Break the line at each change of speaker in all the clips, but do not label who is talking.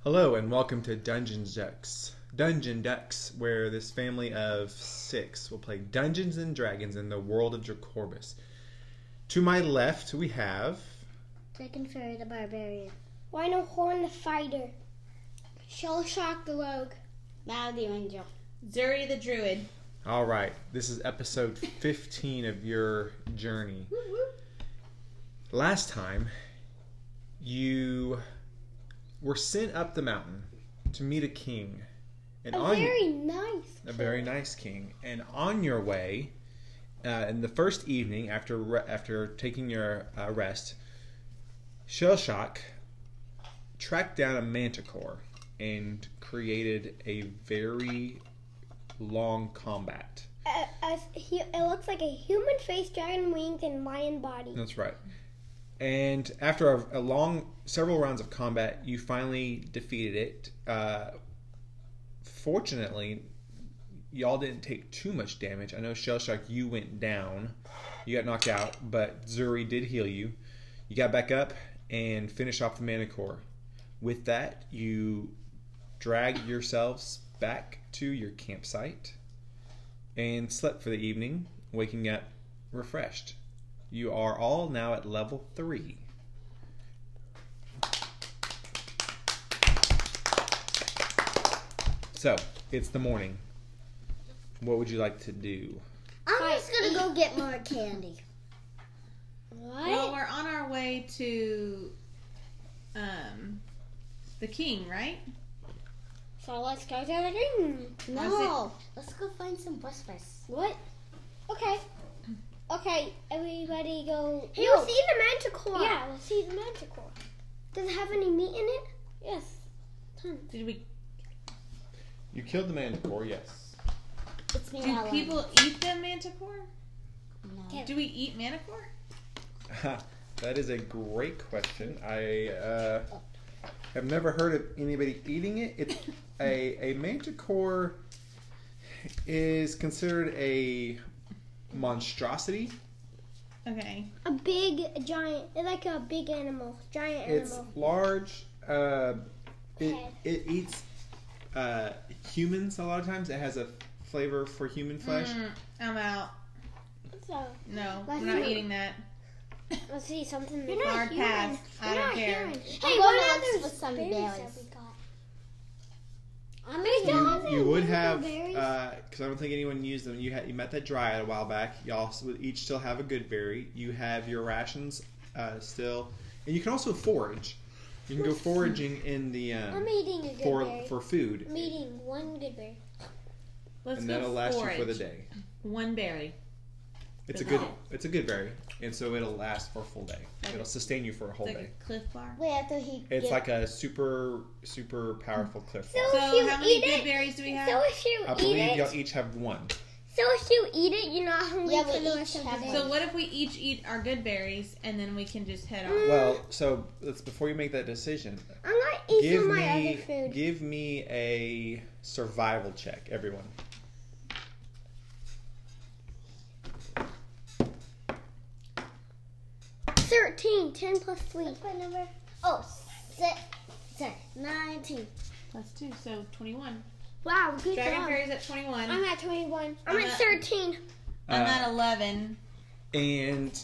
Hello and welcome to Dungeons Ducks. Dungeon Ducks, where this family of six will play Dungeons and Dragons in the world of Dracorbis. To my left, we have.
Dragon Fairy the Barbarian. Rhino Horn the Fighter. Shell Shock the Rogue. Bow the Angel.
Zuri the Druid.
All right, this is episode 15 of your journey. Last time, you were sent up the mountain to meet a king. And
A very nice.
a very nice king. And on your way, uh, in the first evening after re- after taking your uh, rest, Shellshock tracked down a manticore and created a very long combat.
Uh, as he, it looks like a human face, dragon wings, and lion body.
That's right. And after a, a long, several rounds of combat, you finally defeated it. Uh, fortunately, y'all didn't take too much damage. I know Shellshock, you went down, you got knocked out, but Zuri did heal you. You got back up and finished off the Manicore. With that, you drag yourselves back to your campsite and slept for the evening, waking up refreshed. You are all now at level three. So it's the morning. What would you like to do?
I'm just gonna go get more candy.
What?
Well, we're on our way to um the king, right?
so let's go to the ring.
No,
Oh.
let's go find some whispers.
What? Okay. Okay, everybody go.
Hey,
No.
we'll see the manticore.
Yeah, we'll see the manticore.
Does it have any meat in it?
Yes.
Did we
You killed the manticore, yes.
It's me.
do people eat the manticore?
Yeah.
Do we eat manticore?
that is a great question. I uh, have never heard of anybody eating it. It's a a manticore is considered a monstrosity.
Okay.
A big giant, it's like a big animal, giant
It's
animal.
large. Uh, it
Head.
it eats uh, humans a lot of times. It has a flavor for human flesh.
Mm, I'm out.
So
No,
Let's
we're not
see.
eating that.
let's see something.
You're not Hard human. pass. I
You're
don't
not
care.
human.
I'm
Hey,
going
what
to
other
look for some
berries
berries.
have we got?
I'm
There's
eating-
no-
You, you would have,
Berries?
because I don't think anyone used them. You had you met that dryad a while back. Y'all s- would each still have a good berry. You have your rations uh, still, and you can also forage. You can go foraging in the
I'm
um,
eating a good
for
berry.
for food,
I'm eating one good berry.
Let's
and
go
that'll last you for the
forage.
day.
One berry.
It's a
Good
good
luck.
it's a good berry, and so it'll last for a full day.
Okay.
It'll sustain you for a whole
It's
day.
like a cliff bar.
Wait, after he.
It's
get-
like a super, super powerful cliff.
So-
bar.
So
If you
how many
eat
good
it,
berries do we have?
So if you
I
eat
believe
it,
y'all each have one.
so if you eat it, you're not hungry
Yeah,
for
we
the
each
rest of the
have
day.
So what if we each eat our good berries and then we can just head
Mm.
off?
Well, so let's before you make that decision,
I'm not eating
give
my
me
other food.
give me a survival check, everyone.
Thirteen. Ten plus three.
What's my number? Oh, six, seven, nineteen.
Plus two, so twenty-one.
Wow, good
Dragon
job.
fairies at twenty-one.
I'm at twenty-one. I'm
I'm
at
at-
thirteen.
I'm
Uh,
at eleven.
And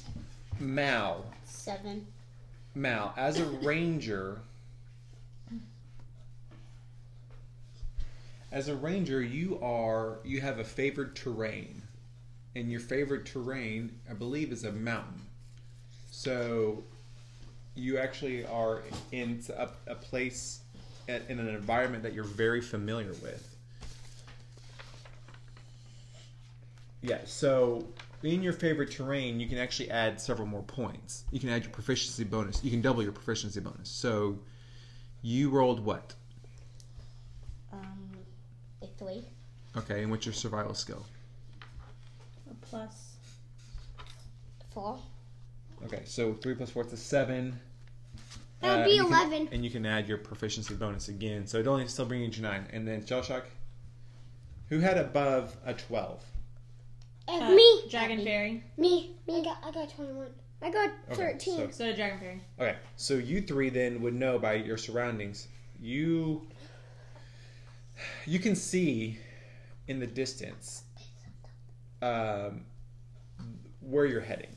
Mal,
Seven.
Mal, as a ranger, as a ranger, you are you have a favored terrain, and your favorite terrain, I believe, is a mountain. So, you actually are in a, a place a- in an environment that you're very familiar with. Yeah, so in your favorite terrain, you can actually add several more points. You can add your proficiency bonus. You can double your proficiency bonus. So you rolled what?
Um, a three.
Okay, and what's your survival skill?
A plus.
Four.
Okay, so three plus four is seven.
That would be
you can-
11.
and you can add your proficiency bonus again, so it only still brings you to nine. And then Shell Shock, who had above a twelve?
Uh,
me,
Dragon fairy.
me, me. I got, I got twenty-one. I got
Okay,
thirteen.
so-
So a dragon fairy.
Okay, so you three then would know by your surroundings you you can see in the distance um, where you're heading.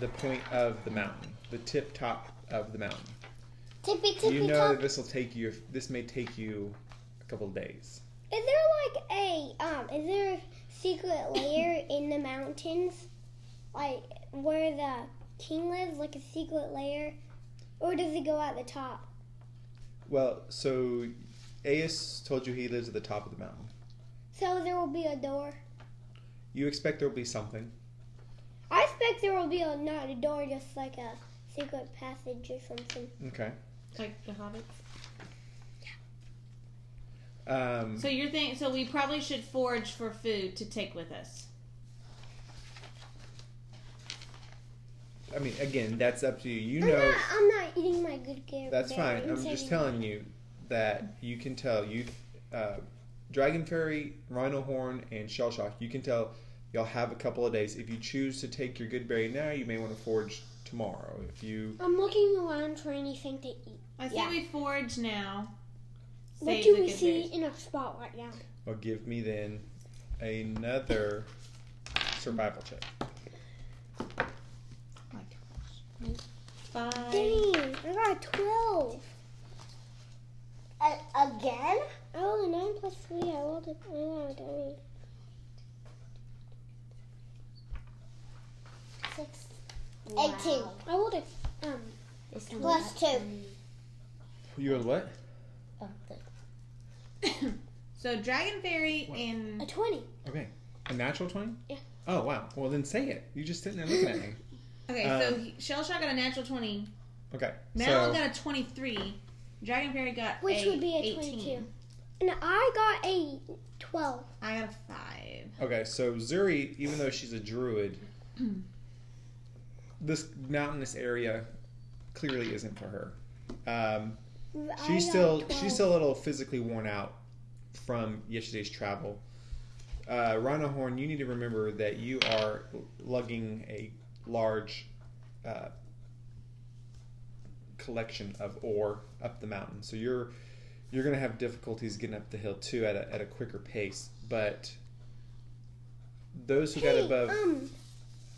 The point of the mountain, the tip top of the mountain.
Tippy
You
tippy
know
top.
that this will take you. This may take you a couple days.
Is there like a um? Is there a secret layer in the mountains, like where the king lives, like a secret layer, or does it go at the top?
Well, so Aeus told you he lives at the top of the mountain.
So there will be a door.
You expect there will be something.
I expect there will be a not a door, just like a secret passage or something.
Okay.
Like the hobbits.
Um,
So you're think so we probably should forage for food to take with us.
I mean, again, that's up to you. You
I'm
know,
not. I'm not eating my good gear.
that's
berry.
fine. I'm just
saving-
telling you that you can tell you, uh, Dragon Fairy, Rhino Horn, and Shell Shock. You can tell y'all have a couple of days. If you choose to take your good berry now, you may want to forage tomorrow. If you
I'm looking around for anything to eat.
I say
Yeah.
we forage now.
What
Save
do
the
we
good
see
berries.
in a spot right now?
well, give me then another survival check.
Oh Five.
Dang, I got a 12.
Uh, again?
I rolled a 9 plus 3. I rolled a, I rolled a dummy.
Six. 18.
Wow. I rolled a, um,
Plus two.
You had what?
Oh, good.
So dragon fairy and
a 20.
Okay, a natural twenty.
Yeah.
Oh wow. Well, then say it. You just sitting there looking at me.
Okay, so
Um,
he, Shell Shock got a natural 20.
Okay. so
Mal got a 23. Dragon Fairy got
Which
a
would be a
18.
22. And I got a 12.
I got a 5.
okay, so Zuri, even though she's a druid, this mountainous area clearly isn't for her. Um,
I
she's
got
still
12.
she's still a little physically worn out from yesterday's travel. Uh, Rhino Horn, you need to remember that you are lugging a large uh, collection of ore up the mountain, so you're you're going to have difficulties getting up the hill too at a, at a quicker pace. But those who got
Hey,
above,
Um,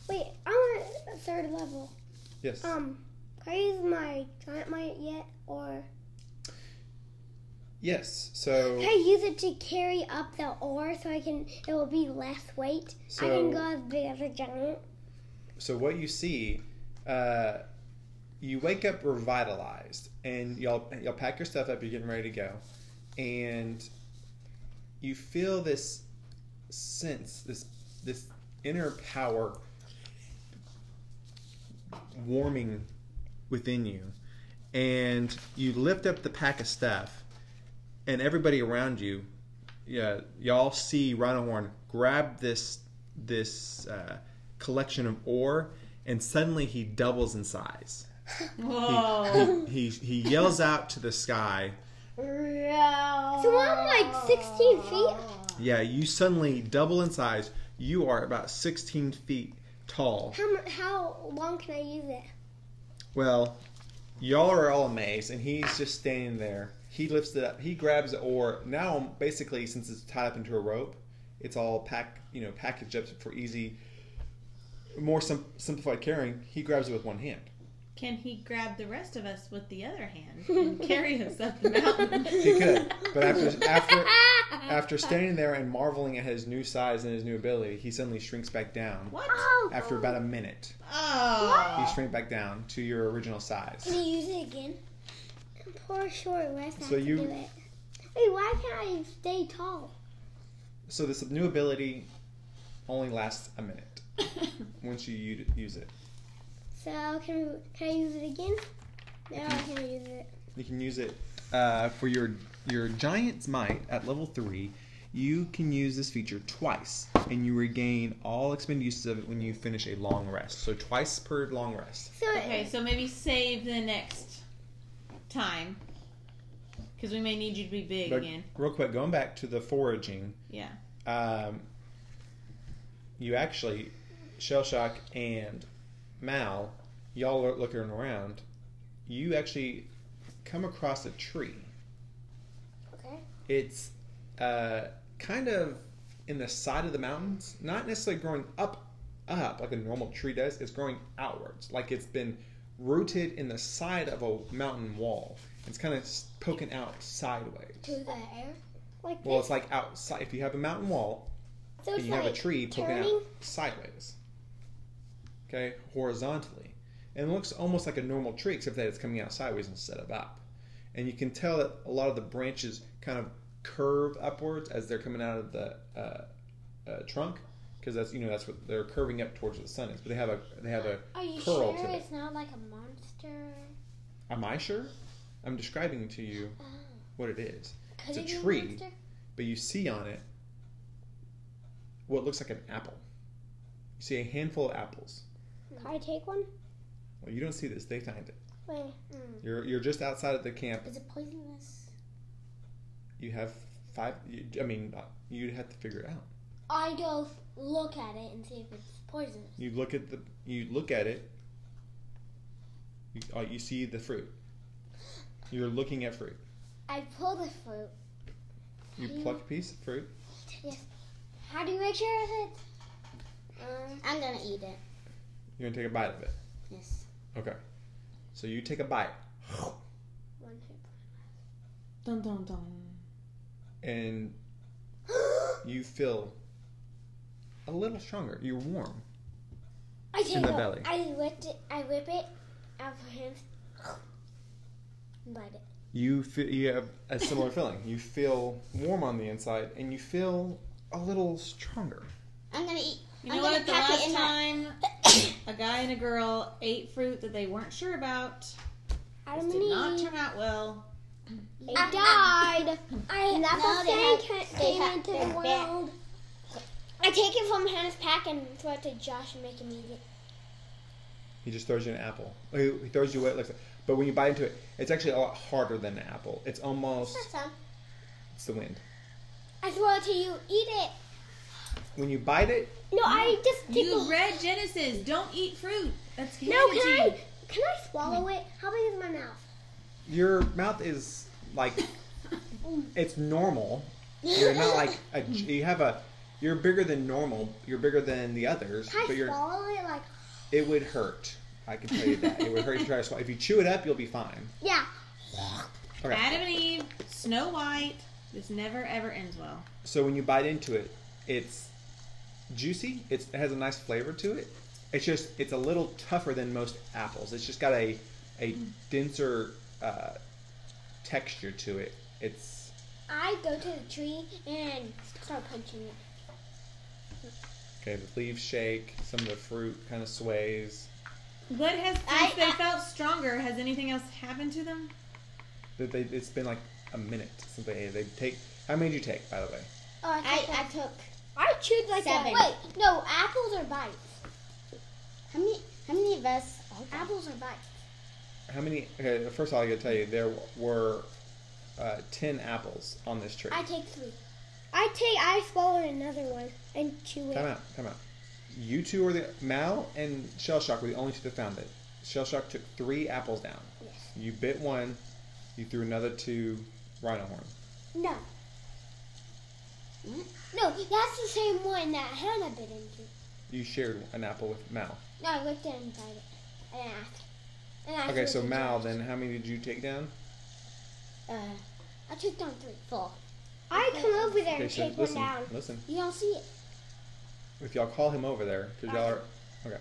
wait, I want a third level.
yes,
Um, can I use my giant might yet? Or
yes. So
can I use it to carry up the ore so I can, it will be less weight? I
so
can go as big as a giant.
So what you see, uh, you wake up revitalized, and y'all y'all pack your stuff up. You're getting ready to go, and you feel this sense, this this inner power warming within you, and you lift up the pack of stuff, and everybody around you, yeah, y'all see Rhino Horn grab this this. Uh, collection of ore, and suddenly he doubles in size.
Whoa.
He, he yells out to the sky.
So I'm like 16
Oh.
feet.
Yeah, you suddenly double in size. You are about 16 feet tall.
How mu- Um, how long can I use it?
Well, y'all are all amazed, and he's just standing there. He lifts it up. He grabs the ore. Now, basically, since it's tied up into a rope, it's all pack you know packaged up for easy, more sim- simplified carrying. He grabs it with one hand.
Can he grab the rest of us with the other hand and carry us up the mountain?
He could, but after after after standing there and marveling at his new size and his new ability, he suddenly shrinks back down.
What?
Oh.
After about a minute,
Oh.
he shrinks back down to your original size.
Can I use it again? Poor short rest.
So
So you.
you-
Do it. Wait, why can't I stay tall?
So this new ability only lasts a minute once you u- use it.
So can can I use it again? No, I
Mm-hmm.
can't use it.
You can use it uh, for your your giant's might at level three. You can use this feature twice, and you regain all expended uses of it when you finish a long rest. So twice per long rest.
So it-
Okay, so maybe save the next time. Because we may need you to be big
But
again.
real quick, going back to the foraging.
Yeah.
um, you actually, Shell Shock and Mal, y'all are looking around. You actually come across a tree.
Okay.
It's uh, kind of in the side of the mountains, not necessarily growing up, up like a normal tree does. It's growing outwards, like it's been rooted in the side of a mountain wall. It's kind of poking out
To
sideways.
the air.
Like
Well,
this.
it's like outside. If you have a mountain wall
So
and
it's
you have a
like
tree poking
turning.
out sideways, okay, horizontally, and it looks almost like a normal tree except that it's coming out sideways instead of up. And you can tell that a lot of the branches kind of curve upwards as they're coming out of the uh, uh, trunk, because that's you know that's what they're curving up towards the sun is. But they have a they have a.
Are you
Curl
sure
to the-
it's not like a monster?
Am I sure? I'm describing to you
Oh.
what it is.
Could
It's a
it be
tree.
monster?
but you see on it what looks like an apple. You see a handful of apples.
Can I take one?
Well, you don't see this; they find it.
Wait.
Mm.
You're you're just outside of the camp.
Is it poisonous?
You have five. You, I mean, uh, you'd have to figure it out.
I go look at it and see if it's poisonous.
You look at the. You look at it. You, uh, you see the fruit. You're looking at fruit.
I pull the fruit.
You pluck a piece of fruit.
How do you make sure if it's? Um, I'm gonna eat it.
You're gonna take a bite of it.
Yes.
So you take a bite,
One hit.
Dun dun dun.
and you feel a little stronger. You're warm.
I take
In the
it.
belly.
I whip it. I whip it out of him. Bite it.
you feel you have a similar feeling. You feel warm on the inside, and you feel a little stronger.
I'm gonna eat.
You
I'm
know
gonna
what? The
pack it
last
in my-
time a guy and a girl ate fruit that they weren't sure about,
Adam
this
and
did not
Eve.
turn out well.
They
I-
died.
I
And that's
no,
how
they
sin
have-
ca-
they
came
have-
into
they're
the
bad.
world.
I take it from Hannah's pack and throw it to Josh and make him eat it.
He just throws you an apple. He he throws you what looks like, but when you bite into it, it's actually a lot harder than an apple. It's almost
some.
it's the wind.
I throw it to you. Eat it.
When you bite it,
No, I just take
You
a-
read Genesis. Don't eat fruit. That's
No,
heresy.
can I can I swallow it? How big is my mouth?
your mouth is like it's normal. You're not like a, you have a you're bigger than normal. You're bigger than the others,
Can I
but you're
swallow it like
it would hurt. I can tell you that it would hurt if you try to swallow. If you chew it up, you'll be fine.
yeah?
Okay.
Adam and Eve, Snow White. This never ever ends well.
So when you bite into it, it's juicy. It's, it has a nice flavor to it. It's just it's a little tougher than most apples. It's just got a a denser uh, texture to it. It's
I go to the tree and start punching it.
okay. The leaves shake. Some of the fruit kind of sways.
What has since
I-
they
I-
felt stronger? Has anything else happened to them?
That they, it's been like a minute since they ate. it. They take how many did you take by the way?
Oh, I,
I-
I took.
I chewed like
Seven.
a
Wait, no, apples are bites.
How many? How many of us?
Apples are bites.
How many? Okay, first of all, I gotta tell you there were uh, ten apples on this tree.
I take three.
I take I swallowed another one and chew
Time
it.
out, time out. You two are the Mal and Shell Shock were the only two that found it. Shell Shock took three apples down.
Yes.
You bit one, you threw another to Rhino Horn.
No. No, that's the same one that Hannah bit into.
You shared an apple with Mal.
No, I looked at it and bit it. And I asked. And I
Okay,
threw
so
it to
Mal,
Josh.
then how many did you take down?
Uh,
I took down three. Four.
I come over there
Okay,
and
so
take one
listen,
down.
listen.
You don't see it.
If y'all call him over there, because y'all are okay.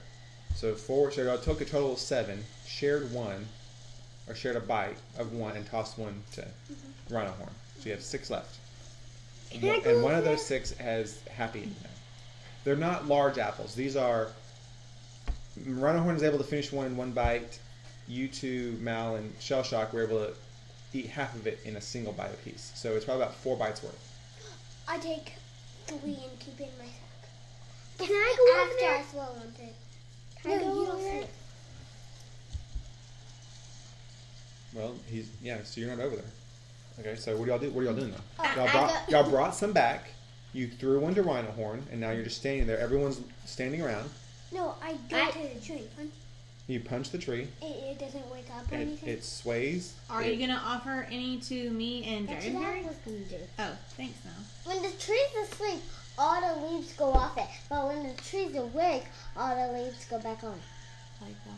So four, so y'all took a total of seven, shared one, or shared a bite of one, and tossed one to Rhino Horn. So you have six left.
Mm-hmm. I
One-
go
and one of
over
those six has happy in them. They're not large apples. These are. Rhino Horn is able to finish one in one bite. You two, Mal and Shell Shock, were able to eat half of it in a single bite apiece. So it's probably about four bites worth.
I take three and keep it in my sack.
Can I go over
After
there?
I swallow it.
Can I
No,
go
you don't
over
see
there?
it.
Well, he's yeah. So you're not over there. Okay. So what do y'all do? What are y'all doing though?
I-
y'all
I
brought
go-
y'all brought some back. You threw one to Rhino Horn, and now you're just standing there. Everyone's standing around.
No, I go
I-
to the tree.
You punch the tree.
It, it doesn't wake up or
It,
anything.
it sways.
Are
it,
you gonna offer any to me and
That's what I
Dragonberry?
was gonna do.
Oh, thanks, Mel.
When the tree's asleep, all the leaves go off it. But when the tree's awake, all the leaves go back on.
Like what?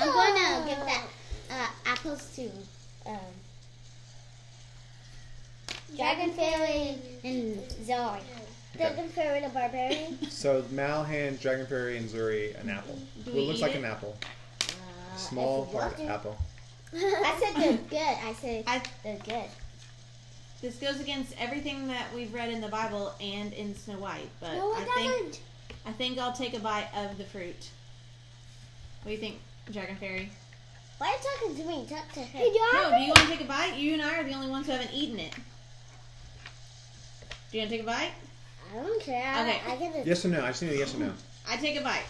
I'm gonna give that uh, apples to um, Dragon Fairy and Zari.
Dragon
Fairy the Barbarian.
So Mal hands Dragon Fairy and Zuri an apple.
Do
Well, it
we
looks
eat
like
it?
an apple.
Uh,
Small,
if you
hard
want to-
apple.
I said they're good. I said
I-
they're good.
This goes against everything that we've read in the Bible and in Snow White, but
no,
I
it
think
doesn't.
I think I'll take a bite of the fruit. What do you think, Dragon Fairy?
Why are you talking to me? Talk to her.
Hey, do
No, do you want to take a bite? You and I are the only ones who haven't eaten it. Do you want to take a bite?
I don't care. I-
Okay.
I get it.
Yes or no? I just need a yes or no.
I take a bite.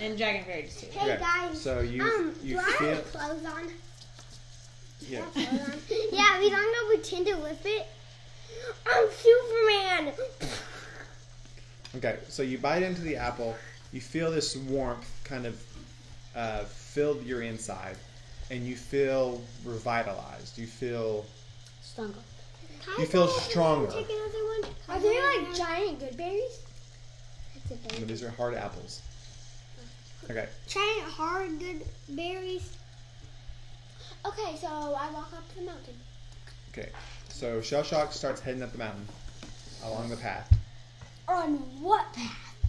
and Dragon Fairy just took it.
Hey guys.
So you
um,
you
do I
feel
have clothes on?
yeah.
Hold on. yeah, we don't know pretend to lift it. I'm Superman.
Okay, so you bite into the apple. You feel this warmth kind of uh, fill your inside, and you feel revitalized. You feel
Stronger.
you feel stronger.
Take another one. Are they like giant good berries?
No, these are hard apples. Okay,
Giant hard good berries. Okay, so I walk up to the mountain.
okay. So Shell Shock starts heading up the mountain along the path.
On what path?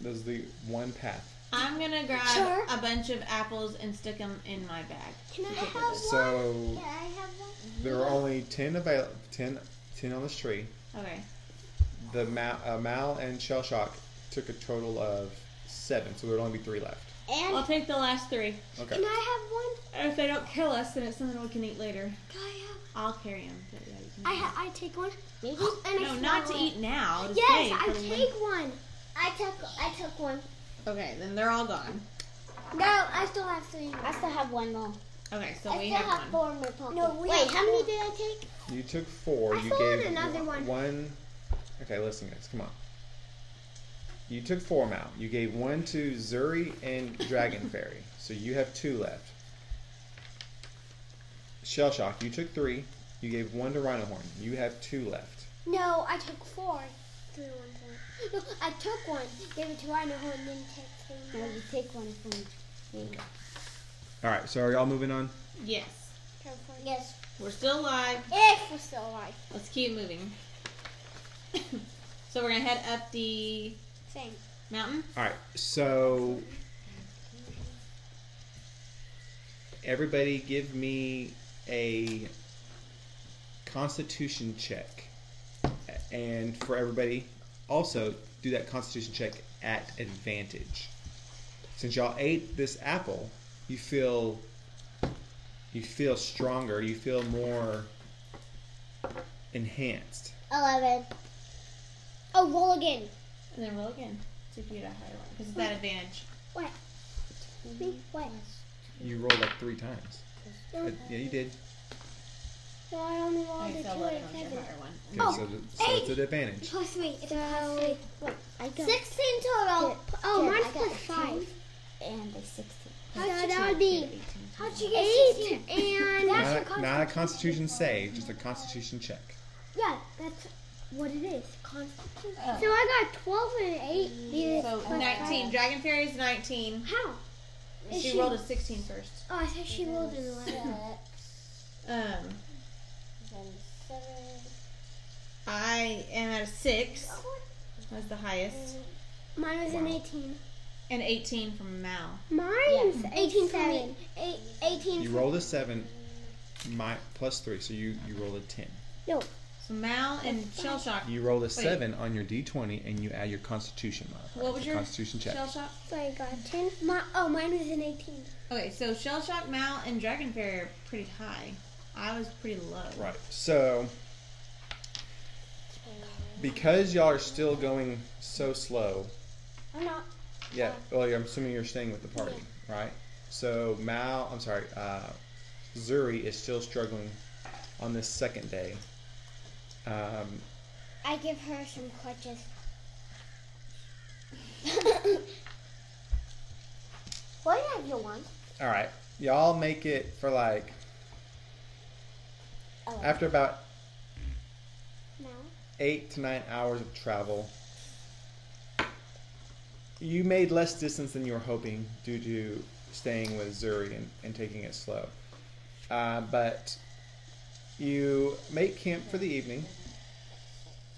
There's the one path.
I'm gonna grab
Sure.
a bunch of apples and stick them in my bag.
Can I have one?
So
Can I have one?
there are only 10, avail- 10, 10 on this tree.
Okay.
The Mal, uh, Mal and Shell Shock took a total of seven, so there would only be three left.
And
I'll take the last three.
Okay.
Can I have one?
If they don't kill us, then it's something we can eat later.
Can I have?
I'll carry them. But yeah, you can
I
eat
ha- I take one.
maybe
And I
them. No, not to
swallow it.
eat now. To
Yes,
save
I
for when-
take one.
I took I took one.
Okay, then they're all gone.
No, I still have three. more.
I still have one more.
Okay, so
I
we
still
Oh, have,
have,
one.
four in my pocket.
No, we
Wait,
have
how many
four.
did I take?
You took four.
I
you
still
gave
had another one.
Okay, listen, guys, come on. You took four, Mal. You gave one to Zuri and Dragon Fairy, so you have two left. Shell Shock, you took three. You gave one to Rhino Horn. You have two left.
No, I took four. Three, one, four. No, I took one, gave it to Rhino Horn, and then take three.
No,
more.
you take one from me.
All right, so are y'all moving on?
Yes.
Go for it.
Yes.
We're still alive.
If we're still alive.
Let's keep moving. so we're gonna head up the
Same.
mountain.
All right, so everybody, give me a Constitution check, and for everybody, also do that Constitution check at advantage. Since y'all ate this apple, you feel you feel stronger. You feel more enhanced.
Eleven.
Oh, roll again.
And then roll again. See if you get a higher one. Because it's that advantage.
Me? What?
You rolled like three times. Uh,
No,
Yeah, you did.
no, I only
Oh,
rolled
Okay,
a
so
two and a
11 was your
seven.
higher one.
Okay, so, so it's an advantage.
Plus three. It's plus three.
I got
Sixteen total. Oh,
Here,
mine's
I got
plus
a
five.
and a sixteen.
So that would be how'd you get
Eight.
sixteen? And
Not, not a constitution save, just a constitution check.
yeah, that's what it is. Constitution.
Oh.
So I got twelve and eight. These
So
plus
19. Dragon Fairy's 19.
five. How?
She,
Is she-
rolled a 16 first.
Oh, I thought she rolled an eleven.
Um, I am at a 6. That's the highest.
Mine was an
Wow.
18.
And 18 from Mal.
Mine's 18 for me.
Seven.
Eight, 18
You
for
rolled a seven, my plus three, so you you rolled a ten.
So Mal and Shell Shock.
You rolled a seven on your d twenty, and you add your constitution modifier.
What was
It's a
your
constitution check?
Shell Shock?
So I got 10. My, oh, mine was an 18.
Okay, so Shell Shock, Mal, and Dragon Fairy are pretty high. I was pretty low.
Right. So, because y'all are still going so slow,
I'm not.
yeah. Well, you're, I'm assuming you're staying with the party, right? So Mal, I'm sorry, uh, Zuri is still struggling on this second day. Um,
I give her some crutches.
Well, you have your one.
All right, y'all make it for like after about
No.
eight to nine hours of travel. You made less distance than you were hoping due to staying with Zuri and, and taking it slow. Uh, but you make camp for the evening,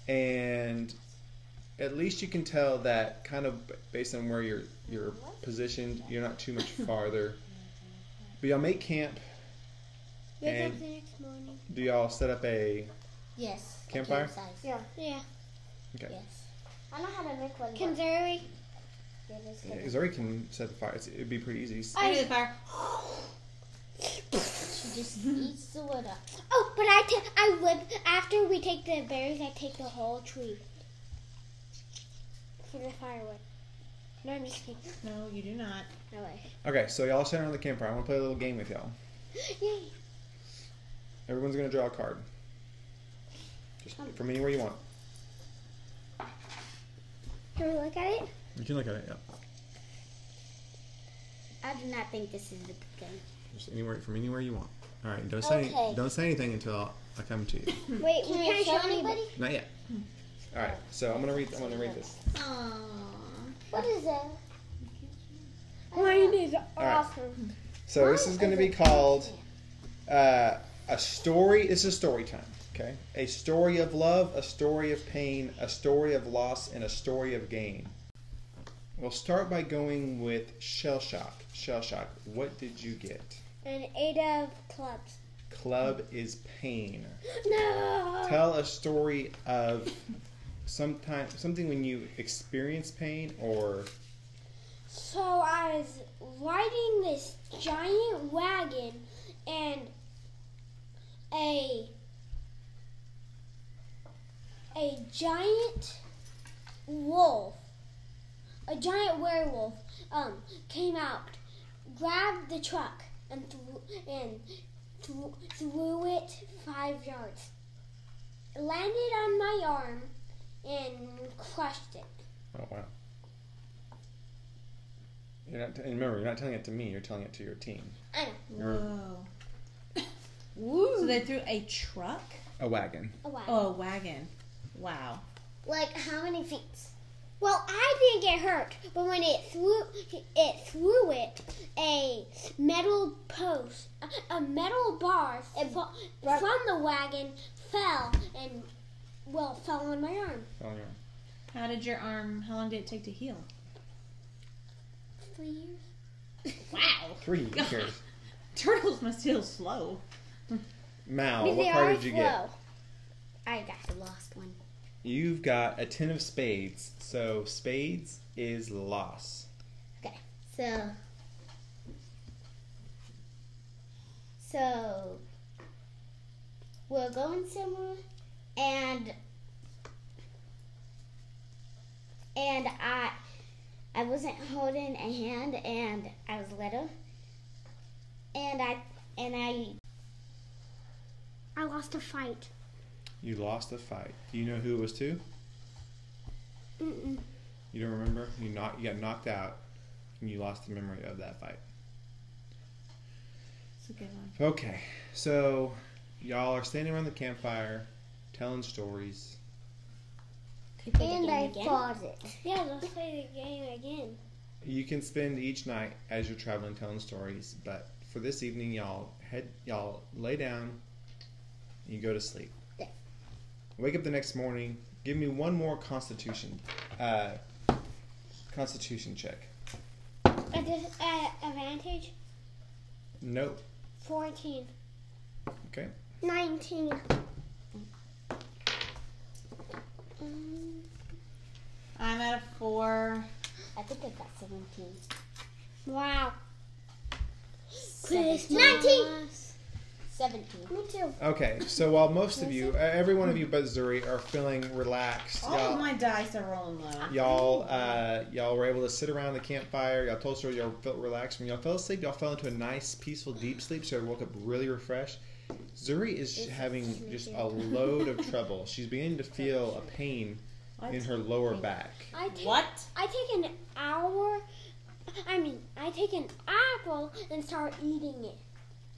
and at least you can tell that kind of b- based on where you're you're positioned, you're not too much farther. But y'all make camp.
Wake up
And
the next morning.
do y'all set up a
Yes. a
Campfire?
king size.
Yeah.
Yeah.
okay?
Yes. I know how to make one.
Can Zuri?
Yeah, that's
Yeah.
good.
Zuri can set the fire. It's, it'd be pretty easy.
I do the fire.
She just eats the wood up.
Oh, but I ta- I whip after we take the berries. I take the whole tree for the firewood. No, I'm just kidding.
No, you do not.
No way.
Okay, so y'all sit around the campfire. I want to play a little game with y'all.
Yay!
Everyone's gonna draw a card. Just from anywhere you want.
Can we look at it?
You can look at it. Yeah,
I do not think this is the beginning.
just anywhere from anywhere you want. All right, don't say
Okay.
don't say anything until I come to you.
Wait, we
Can I
can't
show
show anybody.
anybody?
Not yet. All right, so I'm gonna read. I'm gonna read this.
What is it?
Mine is
right.
awesome.
So this is gonna be called uh, a story. This is story time. Okay, a story of love, a story of pain, a story of loss, and a story of gain. We'll start by going with shell shock. Shell shock. What did you get?
An eight of clubs.
Club is pain.
No.
Tell a story of sometime something when you experience pain or
So I was riding this giant wagon and a a giant wolf, a giant werewolf, um, came out, grabbed the truck and threw, and threw, threw it five yards. It landed on my arm and crushed it.
oh wow. You're not, and remember, you're not telling it to me. You're telling it to your team.
Whoa. Woo. So they threw a truck?
A wagon.
A wagon.
Oh, a wagon. Wow.
Like how many feet?
Well, I didn't get hurt, but when it threw it threw it a metal post, a, a metal bar fo- from the wagon fell and well fell on my arm.
Oh, yeah.
How did your arm, how long did it take to heal?
Three years.
Wow.
Three years.
Turtles must heal slow.
Mal, what card did you get?
I got the lost one.
You've got a ten of spades. So spades is loss.
So. So. We're going somewhere, and and I I wasn't holding a hand, and I was little, and I and I
I lost a fight.
You lost the fight. Do you know who it was to?
Mm-mm.
You don't remember? You not you got knocked out, and you lost the memory of that fight.
It's a good one.
Okay, so y'all are standing around the campfire, telling stories.
and I fought it.
Yeah, let's play the game again.
You can spend each night as you're traveling telling stories, but for this evening, y'all head y'all lay down, and you go to sleep.
Yeah.
Wake up the next morning. Give me one more Constitution, uh, Constitution check.
At this at advantage,
Nope.
fourteen.
Okay.
Nineteen.
I'm at a four.
I think I got seventeen.
Wow.
Seventeen. Seventeen.
Me too.
Okay. So while most of you, uh, every one of you but Zuri, are feeling relaxed,
All
y'all-
of my dice are rolling low.
Y'all, uh, y'all were able to sit around the campfire. Y'all told stories. Y'all felt relaxed. When y'all fell asleep, y'all fell into a nice, peaceful, deep sleep. So you woke up really refreshed. Zuri is having just a load of trouble. She's beginning to feel a pain in her lower back.
I take,
What?
I take an hour. I mean, I take an apple and start eating it.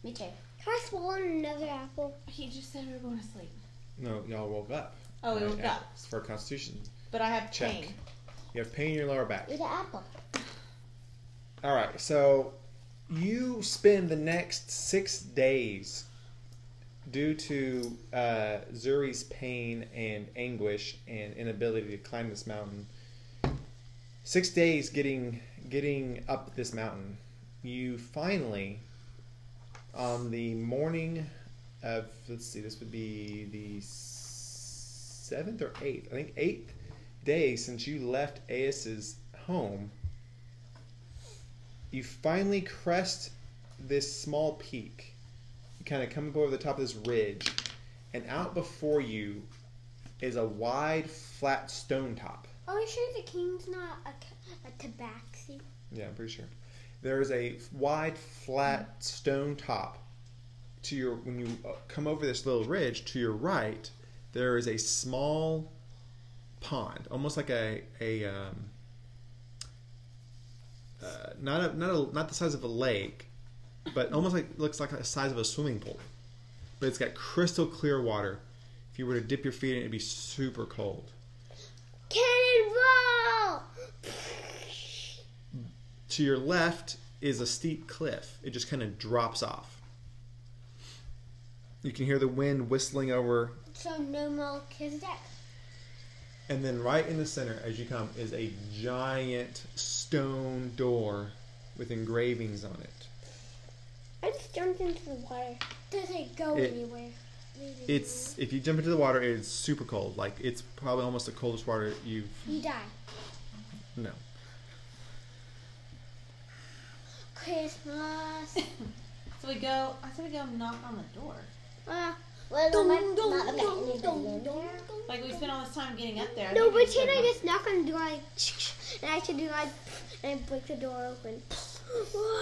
Me too.
Can I swallow another apple?
He just said we were going to sleep.
No, y'all woke up.
Oh, we
Right,
woke
uh,
up.
It's for Constitution.
But I have
Check.
pain.
You have pain in your lower back.
Eat an apple.
All right, so you spend the next six days due to uh, Zuri's pain and anguish and inability to climb this mountain. Six days getting getting up this mountain. You finally, on the morning of let's see, this would be the seventh or eighth, I think eighth day since you left Aeus's home you finally crest this small peak. You kind of come up over the top of this ridge, and out before you is a wide, flat stone top.
Are you sure the king's not a, a tabaxi?
Yeah, I'm pretty sure. There is a wide, flat stone top. To your when you uh, come over this little ridge, to your right, there is a small pond, almost like a a um, uh, not a, not a, not the size of a lake, but almost like looks like the size of a swimming pool. But it's got crystal clear water. If you were to dip your feet in, it, it'd be super cold.
Cannonball!
to your left is a steep cliff. It just kind of drops off. You can hear the wind whistling over,
So no Melchizedek.
and then right in the center as you come is a giant stone door with engravings on it.
I just jumped into the water.
Does it go
It-
anywhere? Maybe.
It's if you jump into the water, it's super cold. Like it's probably almost the coldest water you've
you die.
no.
Christmas.
So we go. I said we go knock on the door.
Well,
Dun,
my-
dun,
my- okay,
dun,
leave it
dun,
alone.
dun.
Like we spent all this time getting up there.
No,
think we
but
should
can I
knock-
just knock on the door like, and I should do like, and break the door open?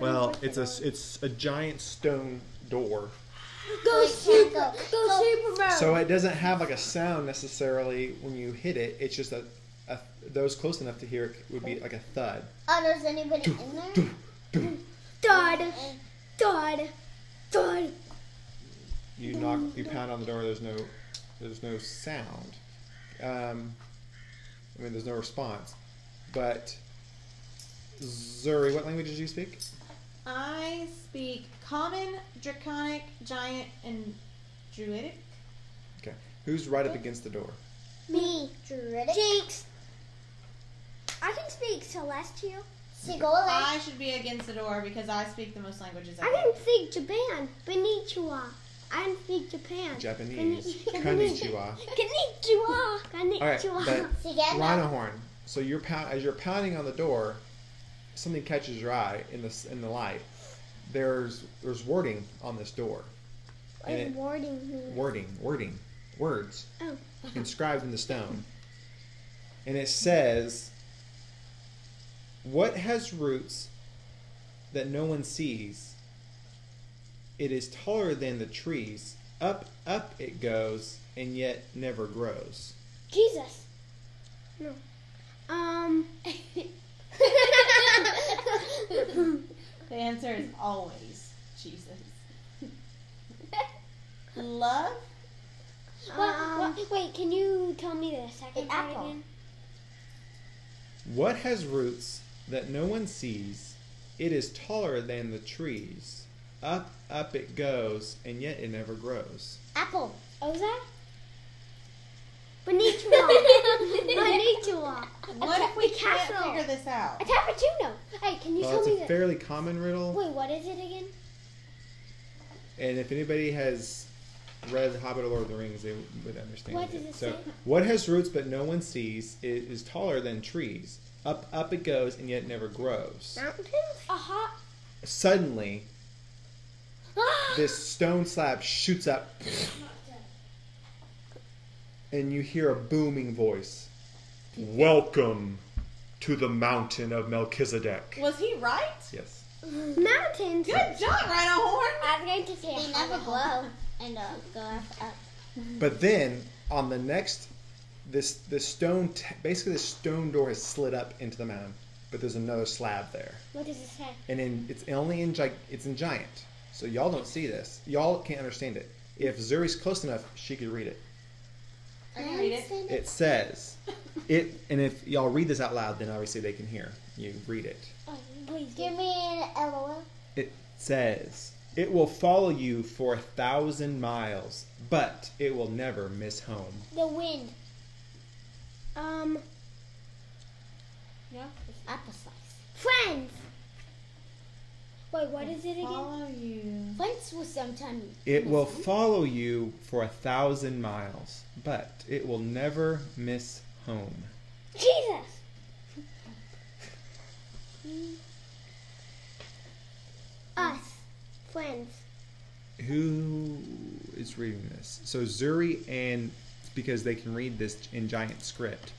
Well, it's a it's a giant stone door,
Go super. Go
So-
Superman.
so it doesn't have like a sound necessarily when you hit it. It's just a, a those close enough to hear it would be like a thud.
Oh, there's anybody in there?
Dud, dud, dud.
You knock, you pound on the door. There's no, there's no sound. Um, I mean, there's no response. But Zuri, what languages do you speak?
I speak common, draconic, giant, and druidic.
Okay, who's right up against the door?
Me. Druidic.
Jinx. I can speak celestial.
Sigola.
I should be against the door because I speak the most languages. I,
I
know.
can speak Japan, Konnichiwa. I can speak Japan.
Japanese. Konnichiwa.
Konnichiwa.
All right,
Konnichiwa.
but Rhino horn. So you're pound as you're pounding on the door, something catches your eye in the s- in the light. There's there's wording on this door. And it-
Rewarding me.
wording, wording, words
Oh.
inscribed in the stone. And it says, What has roots that no one sees? It is taller than the trees. Up, up it goes, and yet never grows.
Jesus.
Um,
The answer is always Jesus. Love.
um,
what, what, wait, can you tell me the
An
second part
apple.
again?
What has roots that no one sees? It is taller than the trees. Up, up it goes, and yet it never grows.
Apple.
Ozark?
Konnichiwa. Konnichiwa.
What if we can't
castle.
figure this out?
A cappuccino. Hey, can you
Well,
tell
it's
me
a
the...
fairly common riddle.
Wait, what is it again?
And if anybody has read The Hobbit or Lord of the Rings, they would understand.
What does it
so,
say?
what has roots but no one sees it is taller than trees. Up, up it goes, and yet never grows.
Mountains?
A hot...
Suddenly, this stone slab shoots up, and you hear a booming voice. Welcome to the mountain of Melchizedek.
Was he right?
Yes.
Mountains.
Good job, Rhino Horn.
I'm going to take
They never glow and uh, go up. up.
But then on the next, this this stone t- basically this stone door has slid up into the mountain, but there's another slab there,
What does it say?
and in, it's only in gi- it's in giant, so y'all don't see this. Y'all can't understand it. If Zuri's close enough, she could read it.
I
can read it.
understand
It says it, and if y'all read this out loud, then obviously they can hear you read it.
Oh,
Please
Give me an LOL.
It says, It will follow you for a thousand miles, but it will never miss home.
the wind.
Um,
Apple slice.
friends. Wait, what is it again?
Follow you.
Once was sometime.
It will follow you for a thousand miles, but it will never miss home.
Jesus. Us. Friends.
Who is reading this? So Zuri and because they can read this in giant script.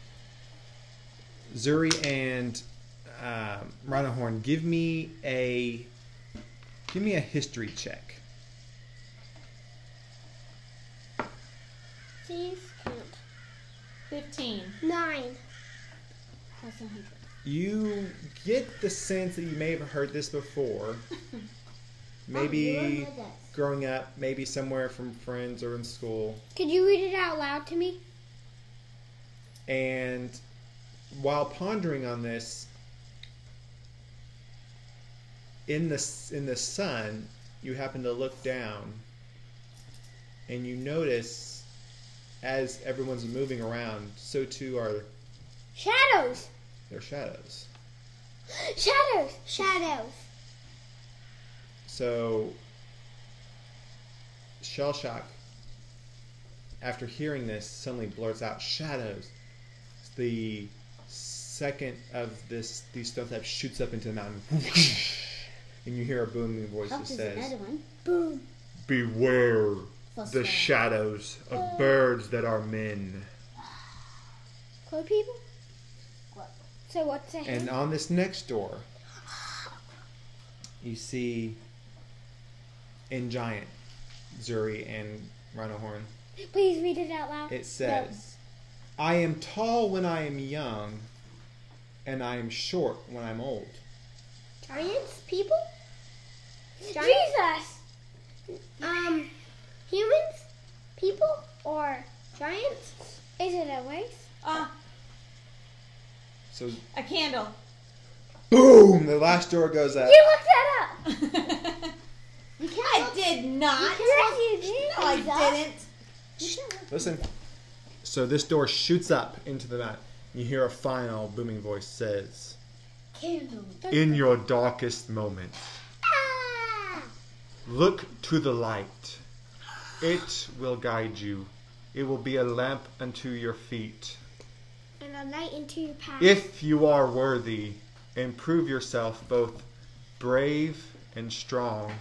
Zuri and um, Rhino Horn, give me a give me a history check.
Please count.
Fifteen.
Nine.
You get the sense that you may have heard this before. Maybe growing up, maybe somewhere from friends or in school.
Could you read it out loud to me?
And while pondering on this, in the s- in the sun, you happen to look down, and you notice as everyone's moving around, so too are
Shadows.
their shadows.
Shadows. Shadows.
So, Shell Shock, after hearing this, suddenly blurts out shadows. The second of this, these stone steps shoots up into the mountain, and you hear a booming voice
Oh,
that
there's
says,
another one.
Boom.
"Beware
Plus
the
one.
shadows of birds that are men."
Crow people? So what's that?
And on this next door, you see in giant Zuri and Rhino Horn.
Please read it out loud.
It says, I am tall when I am young, and I am short when I'm old.
Giants? People? Jesus! Um, humans? People? Or giants? Is it a race?
Ah,
So,
a candle.
boom, the last door goes up.
You looked that up!
I
You can't.
did not.
Yes, you
No, I
did.
didn't.
Listen. So, this door shoots up into the night. You hear a final booming voice says, In your darkest moment, look to the light. It will guide you. It will be a lamp unto your feet.
And a light into your path.
If you are worthy, and prove yourself both brave and strong,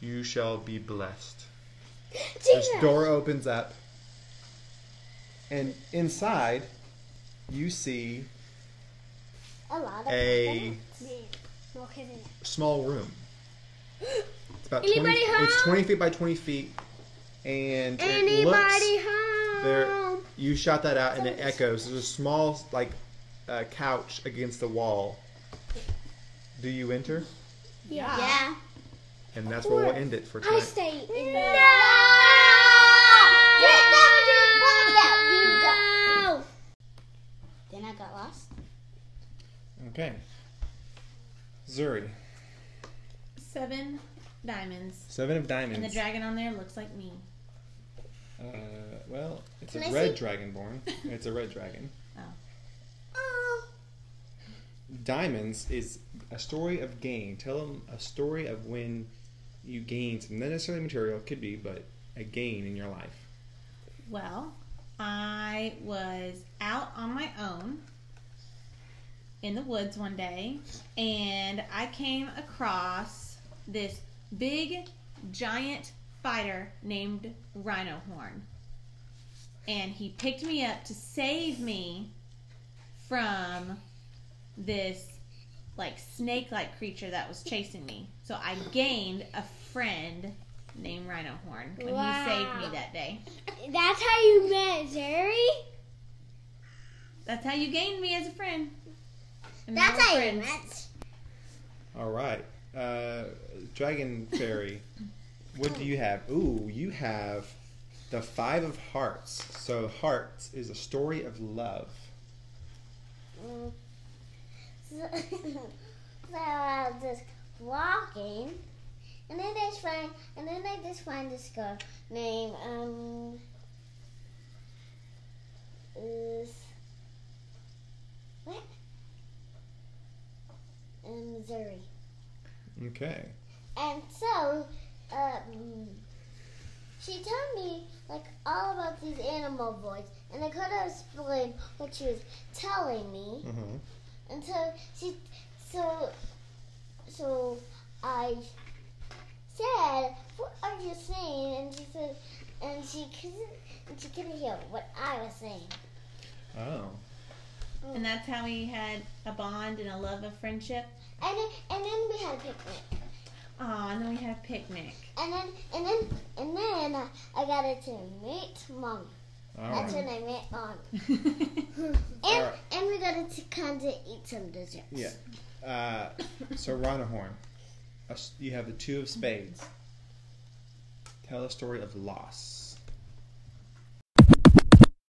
you shall be blessed. This door opens up, and inside you see
A lot of
a small room. It's about 20,
Anybody
it's
home?
20 feet by 20 feet, and
Anybody
it looks
home?
there you shot that out and it echoes there's a small like uh, couch against the wall do you enter
Yeah.
Yeah.
and that's where we'll end it for
I
tonight
stay in
No!
the. No!
Then I got lost.
okay zuri
Seven diamonds.
seven of
And the
diamonds
dragon on there looks like me.
uh, well it's
Can
a
I
red dragonborn it's a red dragon Uh.
Oh.
diamonds is a story of gain tell them a story of when you gain some not necessarily material could be but a gain in your life
Well, I was out on my own in the woods one day, and I came across this big, giant fighter named Rhino Horn. And he picked me up to save me from this like snake-like creature that was chasing me. So I gained a friend named Rhino Horn when he saved me that day.
That's how you met Zuri?
That's how you gained me as a friend. And now
That's
we're
how you
friends.
met.
All right. Uh, Dragon Fairy, what do you have? Ooh, you have the Five of Hearts. So, Hearts is a story of love.
Mm. So, so I was just walking, and then I just find, and then I just find this girl named um. Is what? In Missouri.
Okay.
And so, um, she told me like all about these animal boys, and I couldn't explain what she was telling me.
Mhm.
And so she, so, so I said, "What are you saying?" And she said, and she couldn't, and she couldn't hear what I was saying.
Oh.
And that's how we had a bond and a love of friendship.
And then, and then we had a picnic.
Oh, and then we had a picnic.
And then, and then, and then I got it to meet mom.
All
That's
right.
when I met mom.
That's
And,
Alright.
and we got to kind of eat some desserts.
Yeah. Uh, so, Rhinohorn, a s- you have the Two of Spades. Tell a story of loss.